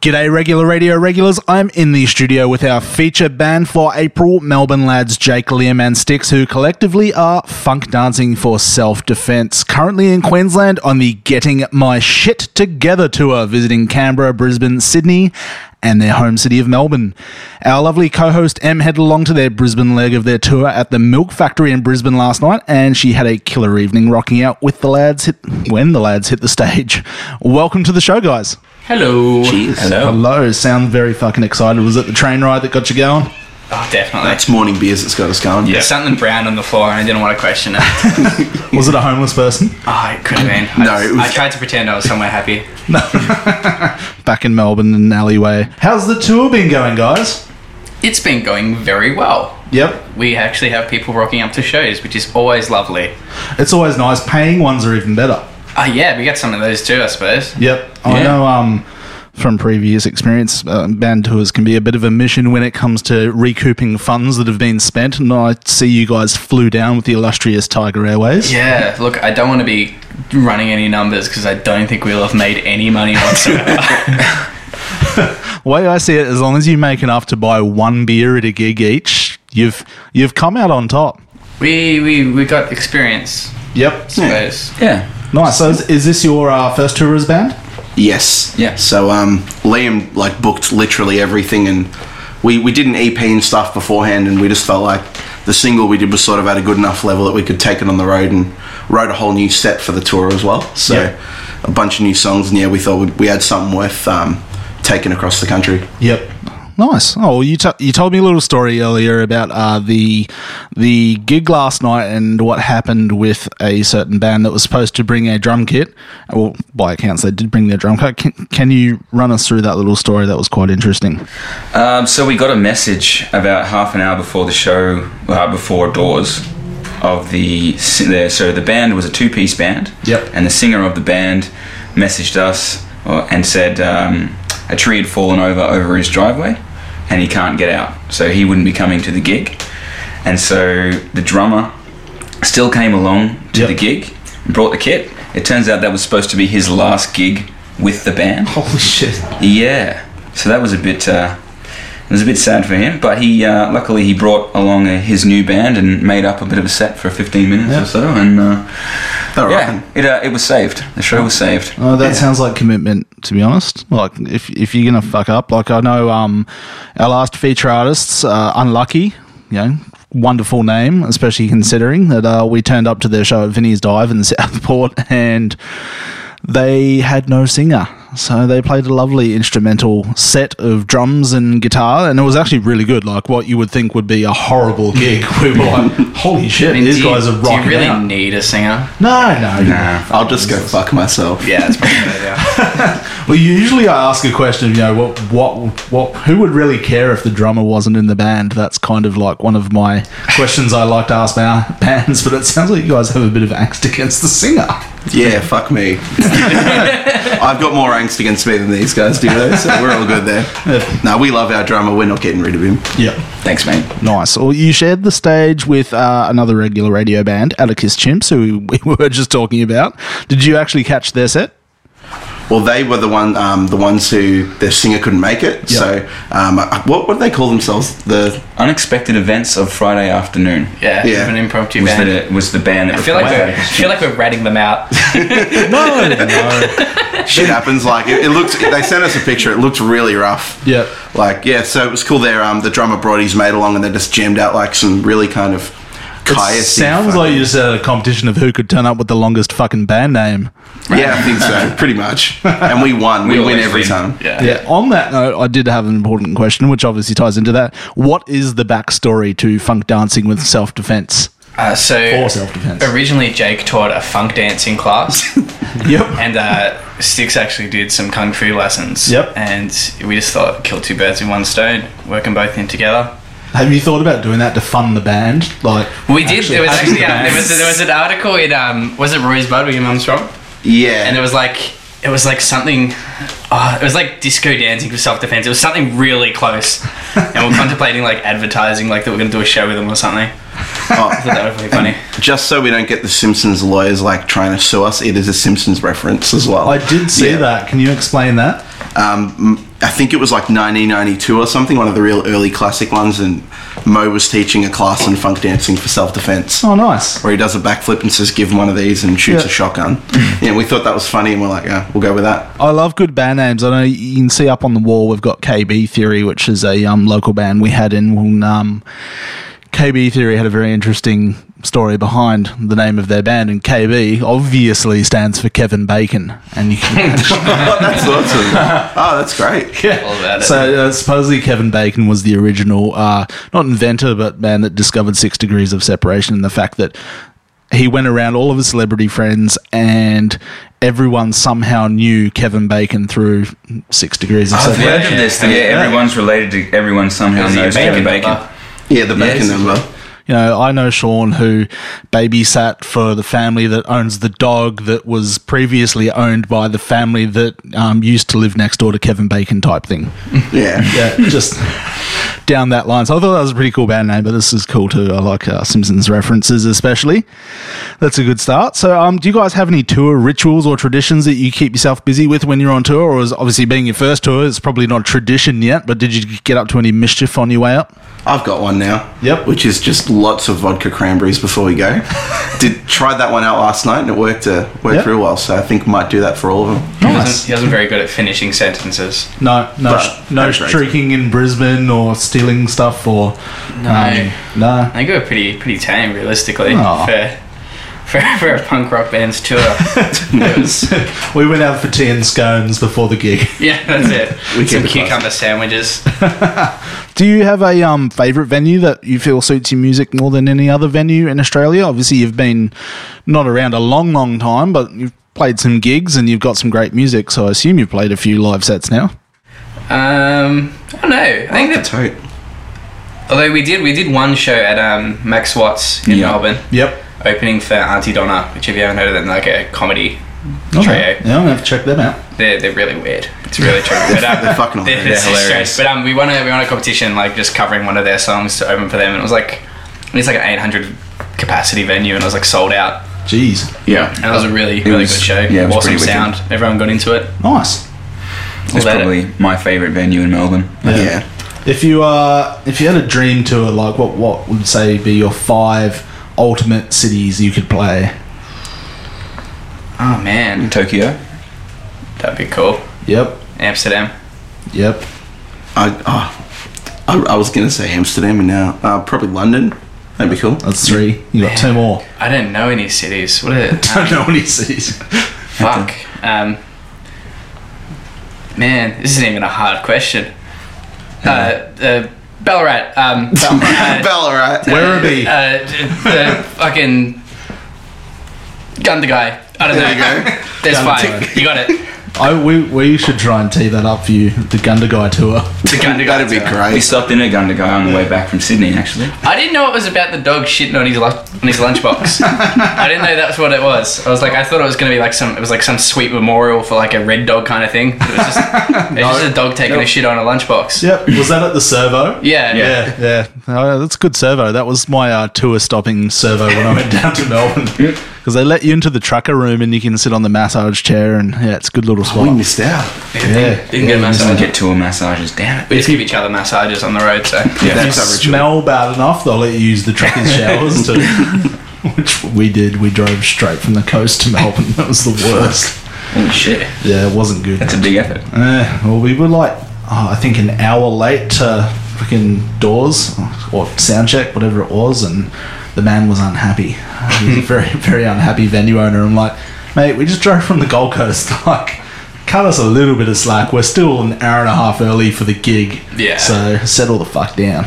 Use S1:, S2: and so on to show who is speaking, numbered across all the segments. S1: G'day, regular radio regulars. I'm in the studio with our feature band for April, Melbourne lads Jake, Liam, and Sticks, who collectively are funk dancing for self defense. Currently in Queensland on the Getting My Shit Together tour, visiting Canberra, Brisbane, Sydney, and their home city of Melbourne. Our lovely co host Em headed along to their Brisbane leg of their tour at the Milk Factory in Brisbane last night, and she had a killer evening rocking out with the lads hit, when the lads hit the stage. Welcome to the show, guys.
S2: Hello.
S3: Hello.
S1: Hello, sound very fucking excited. Was it the train ride that got you going?
S2: Oh, definitely.
S3: It's morning beers that's got us going.
S2: There's something brown on the floor, and I didn't want to question it. oh,
S1: Was it a homeless person?
S2: it could have been. I,
S3: No, it was-
S2: I tried to pretend I was somewhere happy.
S1: Back in Melbourne in an alleyway. How's the tour been going, guys?
S2: It's been going very well.
S1: Yep.
S2: We actually have people rocking up to shows, which is always lovely.
S1: It's always nice. Paying ones are even better.
S2: Oh, yeah, we got some of those too, I suppose.
S1: Yep. I
S2: Yeah.
S1: know um, from previous experience, uh, band tours can be a bit of a mission when it comes to recouping funds that have been spent. And I see you guys flew down with the illustrious Tiger Airways.
S2: Yeah, look, I don't want to be running any numbers because I don't think we'll have made any money whatsoever.
S1: The way I see it, as long as you make enough to buy one beer at a gig each, you've you've come out on top.
S2: we, we, we got experience,
S1: Yep.
S2: I suppose.
S3: Yeah.
S1: Nice. So is, is this your uh, first tour as band?
S3: Yes.
S2: Yeah.
S3: So um, Liam like booked literally everything, and we we did an EP and stuff beforehand, and we just felt like the single we did was sort of at a good enough level that we could take it on the road and wrote a whole new set for the tour as well. So
S1: Yeah.
S3: a bunch of new songs, and yeah, we thought we'd, we had something worth um, taking across the country.
S1: Yep. Nice. Oh, well, you t- you told me a little story earlier about uh, the the gig last night and what happened with a certain band that was supposed to bring a drum kit. Well, by accounts, they did bring their drum kit. Can, can you run us through that little story? That was quite interesting.
S4: Um, so we got a message about half an hour before the show, uh, before doors, of the, si- the so the band was a two-piece band.
S1: Yep.
S4: And the singer of the band messaged us uh, and said um, a tree had fallen over over his driveway, and he can't get out, so he wouldn't be coming to the gig. And so the drummer still came along to
S1: Yep.
S4: the gig and brought the kit. It turns out that was supposed to be his last gig with the band.
S1: Holy shit!
S4: Yeah, so that was a bit uh, it was a bit sad for him, but he uh, luckily he brought along uh his new band and made up a bit of a set for 15 minutes
S1: Yeah.
S4: or so, and uh,
S3: They were
S4: yeah,
S3: rocking.
S4: it uh, it was saved. The show was saved.
S1: Oh, that sounds like commitment, to be honest. Like, if, if you're going to fuck up, like, I know um, our last feature artists, uh, Unlucky, you know, wonderful name, especially considering that uh, we turned up to their show at Vinny's Dive in Southport and they had no singer. So they played a lovely instrumental set of drums and guitar, and it was actually really good. Like what you would think would be a horrible gig. We were like, "Holy shit,
S2: I mean,
S1: these
S2: do you-
S1: guys are
S2: Do
S1: rocking
S2: you really
S1: out!"
S2: need a singer?
S1: No, no, no.
S3: I'll just go fuck myself.
S2: Yeah, that's probably a good idea.
S1: Well, usually I ask a question, you know, what, what, what, who would really care if the drummer wasn't in the band? That's kind of like one of my questions I like to ask my bands, but it sounds like you guys have a bit of angst against the singer.
S3: Yeah, fuck me. I've got more angst against me than these guys do, though, so we're all good there. No, we love our drummer. We're not getting rid of him.
S1: Yep.
S4: Thanks, mate.
S1: Nice. Well, you shared the stage with uh, another regular radio band, Atticus Chimps, who we were just talking about. Did you actually catch their set?
S3: Well, they were the one, um, the ones who their singer couldn't make it.
S1: Yeah.
S3: So, um, uh, what what do they call themselves? The
S4: Unexpected events of Friday afternoon.
S2: Yeah,
S3: Yeah.
S2: an impromptu
S4: Was
S2: band.
S4: the was the band that
S2: I feel like
S4: replied.
S2: we're, I feel like we're ratting them out.
S1: No. no.
S3: shit happens. Like it, it looks. They sent us a picture. It looked really rough.
S1: Yeah.
S3: Like yeah. So it was cool. There, um, the drummer brought his mate along, and they just jammed out like some really kind of.
S1: It
S3: Caius-y
S1: sounds
S3: fucking-
S1: like you just had a competition of who could turn up with the longest fucking band name.
S3: yeah, I think so, pretty much. And we won. We,
S4: We
S3: win
S4: always
S3: every
S4: win.
S3: time.
S2: Yeah.
S1: Yeah. On that note, I did have an important question, which obviously ties into that. What is the backstory to funk dancing with self defense?
S2: Uh, so
S1: For self-defense.
S2: Originally, Jake taught a funk dancing class,
S1: Yep.
S2: and uh, Sticks actually did some kung fu lessons.
S1: Yep.
S2: And we just thought, kill two birds with one stone, working both in together.
S1: Have you thought about doing that to fund the band? Like
S2: We did. there was
S1: having
S2: actually
S1: the
S2: um, there was
S1: band-
S2: there was an article in um was it Roy's Bud where your mum's from,
S3: Yeah.
S2: and it was like it was like something. Oh, it was like disco dancing for self defense. It was something really close, and we're contemplating like advertising, like that we're gonna do a show with them or something.
S3: Oh.
S2: I thought that was really funny.
S3: Just so we don't get the Simpsons lawyers like trying to sue us, it is a Simpsons reference as well.
S1: I did see
S3: Yeah.
S1: that. Can you explain that?
S3: um, I think it was like 1992 or something, one of the real early classic ones, and Mo was teaching a class on funk dancing for self defense.
S1: Oh, nice.
S3: Where he does a backflip and says, "Give him one of these," and shoots
S1: Yeah.
S3: a shotgun. yeah, we thought that was funny, and we're like, "Yeah, we'll go with that."
S1: I love good band names. I know you can see up on the wall we've got KB Theory, which is a um, local band we had in Wollongong. KB Theory had a very interesting story behind the name of their band, and KB obviously stands for Kevin Bacon. And you can,
S3: that's awesome. Oh, that's great.
S2: All about it.
S1: so uh, supposedly Kevin Bacon was the original, uh, not inventor, but man that discovered six degrees of separation and the fact that he went around all of his celebrity friends and everyone somehow knew Kevin Bacon through six degrees of
S4: I've
S1: separation.
S4: heard of this thing. Yeah, everyone's related to everyone somehow
S2: Is he
S4: knows Kevin
S2: bacon
S4: Bacon.
S2: number?
S3: Yeah, the bacon
S4: Yes.
S3: number.
S1: You know, I know Sean who babysat for the family that owns the dog that was previously owned by the family that um, used to live next door to Kevin Bacon type thing.
S3: Yeah.
S1: Yeah, just down that line. So I thought that was a pretty cool band name, but this is cool too. I like uh, Simpsons references, especially. That's a good start. So, um, do you guys have any tour rituals or traditions that you keep yourself busy with when you're on tour? Or is obviously being your first tour, it's probably not a tradition yet, but did you get up to any mischief on your way up?
S3: I've got one now.
S1: Yep.
S3: Which is just lots of vodka cranberries before we go. Did tried that one out last night and it worked. Uh, worked
S1: Yep.
S3: real well. So I think might do that for all of them.
S2: He
S1: Nice.
S2: wasn't, he wasn't very good at finishing sentences.
S1: No, no,
S3: But-
S1: sh- no
S3: that's right.
S1: streaking in Brisbane or stealing stuff or
S2: No.
S1: um, no.
S2: I think we were pretty pretty tame, realistically,
S1: Aw.
S2: for, for for a punk rock band's tour. it was,
S1: We went out for tea and scones before the gig.
S2: yeah, that's it.
S3: We
S2: Some
S3: keep it classy.
S2: cucumber sandwiches.
S1: Do you have a um favorite venue that you feel suits your music more than any other venue in Australia? Obviously, you've been not around a long, long time, but you've played some gigs and you've got some great music. So I assume you've played a few live sets now.
S2: Um, I don't know. I think
S3: The
S2: that
S3: tote.
S2: although we did we did one show at um, Max Watts in
S4: Yeah.
S2: Melbourne,
S1: Yep.
S2: opening for Auntie Donna, which if you haven't heard of them, like a comedy
S1: Okay.
S2: trio.
S1: Yeah, I'm gonna have to check them out.
S2: They're, they're really weird. It's really true. But, um,
S3: They're fucking
S2: they're,
S3: hilarious.
S4: They're
S2: hilarious.
S4: hilarious.
S2: But um, we won a we won a competition like just covering one of their songs to open for them, and it was like it's like an 800 capacity venue, and it was like sold out.
S1: Jeez,
S4: Yeah.
S2: And it was a really really
S4: was-
S2: good show.
S4: yeah, it was
S2: awesome
S4: pretty wicked.
S2: sound. Everyone got into it.
S1: nice.
S4: It's
S2: All that-
S4: probably my favourite venue in Melbourne.
S3: Yeah.
S1: If you uh, if you had a dream tour, like what what would you say be your five ultimate cities you could play?
S2: Oh man,
S4: Tokyo.
S2: that'd be cool.
S1: Yep.
S2: Amsterdam.
S1: Yep.
S3: I, oh, I I was gonna say Amsterdam and now uh, probably London. That'd be cool.
S1: That's three. You got two more.
S2: I don't know any cities. What are
S1: Don't know any cities.
S2: fuck? Um, man, this isn't even a hard question. Uh, uh, Ballarat. Um, Ballarat.
S3: Ballarat.
S1: Werribee.
S2: Uh, d- the fucking gun the guy. I don't
S3: There you
S2: know.
S3: go.
S2: There's
S1: Gun the
S2: five. You got it.
S1: I, we, we should try and tee that up for you, the Gundagai tour.
S2: The gun the guy.
S3: That'd be
S4: We
S3: great.
S4: stopped in at Gundagai on the way back from Sydney, actually.
S2: I didn't know it was about the dog shitting on his lu- on his lunchbox. I didn't know that's what it was. I was like, I thought it was gonna be like some. It was like some sweet memorial for like a red dog kind of thing. It was just, it was just a dog taking a shit on a lunchbox.
S1: Yep. Was that at the servo?
S2: Yeah.
S1: Yeah, yeah. Oh, that's a good servo. That was my uh, tour stopping servo when I went down to Melbourne. Because they let you into the trucker room and you can sit on the massage chair, and yeah, it's a good little spot.
S3: We missed out.
S1: yeah.
S2: Didn't get a
S4: I
S2: massage.
S4: get tour massages, damn it.
S2: We just give each other massages on the road. So
S1: If
S3: That's
S1: you
S3: our ritual.
S1: smell bad enough, they'll let you use the trucker's showers too. Which we did. We drove straight from the coast to Melbourne. That was the worst.
S4: Holy shit.
S1: Yeah, it wasn't good.
S4: That's a big effort.
S1: Eh, well, we were like, oh, I think an hour late to freaking doors or sound check, whatever it was, and the man was unhappy. He was a very, very unhappy venue owner. I'm like, mate, we just drove from the Gold Coast. Like, cut us a little bit of slack. We're still an hour and a half early for the gig.
S2: Yeah.
S1: So settle the fuck down.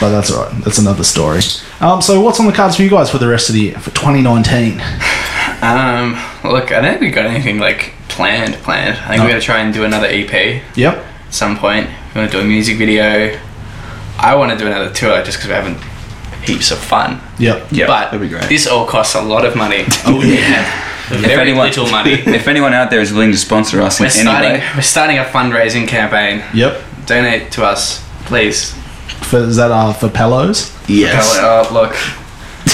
S1: But that's all right. That's another story. Um, so what's on the cards for you guys for the rest of the year for 2019?
S2: um, look, I don't think we got anything like planned. Planned. I think
S1: No.
S2: we're gonna try and do another E EP.
S1: Yep.
S2: at some point. We want to do a music video. I want to do another tour just because we're having heaps of fun.
S1: Yep.
S4: Yeah,
S2: but
S4: that'd be great.
S2: this all costs a lot of money. Oh yeah, very
S4: anyone-
S2: little money.
S4: If anyone out there is willing to sponsor us in
S2: We're
S4: any
S2: starting.
S4: way,
S2: We're starting a fundraising campaign.
S1: Yep.
S2: Donate to us, please.
S1: For, is that uh, for Pellos?
S3: Yes.
S2: Oh, look,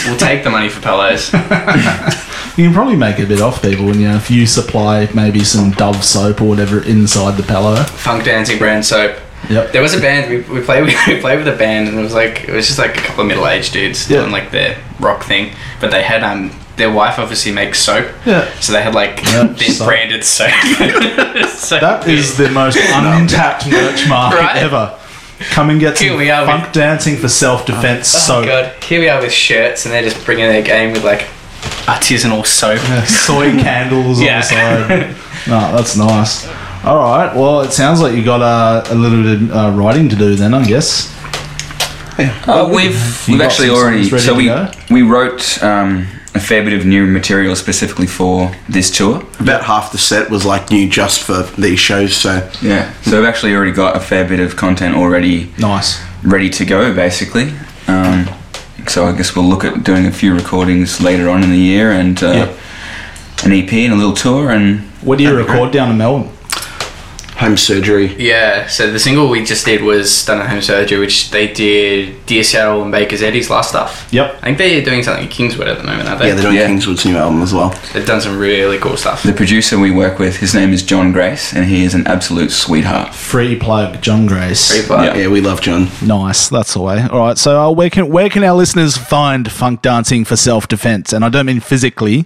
S2: We'll take the money for pillows.
S1: You can probably make a bit off people, you know, if you supply maybe some Dove soap or whatever inside the pillow.
S2: Funk dancing brand soap.
S1: Yep.
S2: There was a band we, we played with, we played with a band and it was like it was just like a couple of middle aged dudes
S1: Yeah.
S2: doing like their rock thing, but they had um their wife obviously makes soap,
S1: Yeah.
S2: so they had like
S1: Yeah,
S2: been
S1: soap.
S2: branded soap. so
S1: That is the most untapped merch market
S2: Right.
S1: ever. Come and get some
S2: Here we are
S1: funk dancing for self defense
S2: oh
S1: soap.
S2: god, here we are with shirts and they're just bringing their game with like artisanal soap.
S1: Yeah, soy candles on
S2: Yeah.
S1: the side. No, that's nice. All right. Well, it sounds like you got uh, a little bit of uh, writing to do then, I guess.
S4: Uh, we've
S1: You
S4: we've
S1: got
S4: actually
S1: some
S4: already
S1: songs ready
S4: so
S1: to
S4: we
S1: go?
S4: we wrote um, a fair bit of new material specifically for this tour.
S3: About half the set was like new just for these shows, so
S4: Yeah. So we've actually already got a fair bit of content already
S1: Nice.
S4: ready to go, basically. Um, so I guess we'll look at doing a few recordings later on in the year and uh,
S1: Yep.
S4: an EP and a little tour and
S1: What do you record down in Melbourne?
S3: home surgery.
S2: Yeah, so the single we just did was Done at Home Surgery, which they did Dear Seattle and Baker's Eddie's last stuff.
S1: Yep.
S2: I think they're doing something at Kingswood at the moment, aren't they?
S3: Yeah, they're doing
S4: Yeah.
S3: Kingswood's new album as well.
S2: They've done some really cool stuff.
S4: the producer we work with, his name is John Grace, and he is an absolute sweetheart.
S1: Free plug, John Grace.
S2: Free plug.
S4: Yeah.
S3: Yeah, we love John.
S1: Nice. That's the way. All right. So, uh, where can where can our listeners find funk dancing for self defense? And I don't mean physically,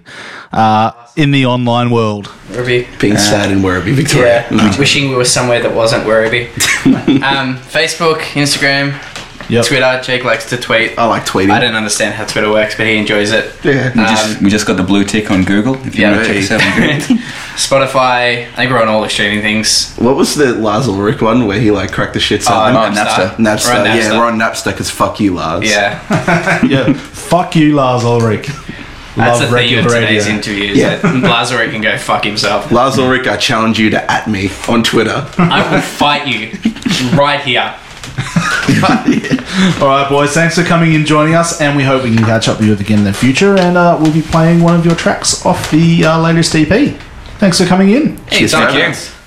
S1: uh, in the online world.
S2: Ruby.
S3: Being sad in Werribee, Victoria.
S2: Yeah,
S3: No.
S2: wishing we were somewhere that wasn't Werribee. um, Facebook, Instagram,
S1: Yep.
S2: Twitter. Jake likes to tweet.
S3: I like tweeting.
S2: I don't understand how Twitter works, but he enjoys it.
S3: Yeah.
S4: We just, we just got the blue tick on Google. If you
S2: Yeah,
S4: want to check us out on Google.
S2: Spotify. I think we're on all the streaming things.
S3: What was the Lars Ulrich one where he like cracked the shits out?
S4: Oh, Napster.
S3: Napster.
S2: We're on
S3: Yeah,
S2: Napster.
S3: we're on Napster because fuck you, Lars.
S2: Yeah,
S1: yeah. Fuck you, Lars Ulrich.
S2: that's
S1: Love
S2: the theme
S1: regular
S2: of today's
S1: radio.
S2: interviews.
S3: Yeah.
S2: Yeah. Lazaro can go fuck himself.
S3: Lars Ulrich, I challenge you to at me on Twitter.
S2: I will fight you right here.
S1: All right, boys. Thanks for coming and joining us, and we hope we can catch up with you again in the future. And uh, we'll be playing one of your tracks off the uh, latest EP. E Thanks for coming in.
S2: Hey,
S3: Cheers,
S2: thank
S3: mate.
S2: you.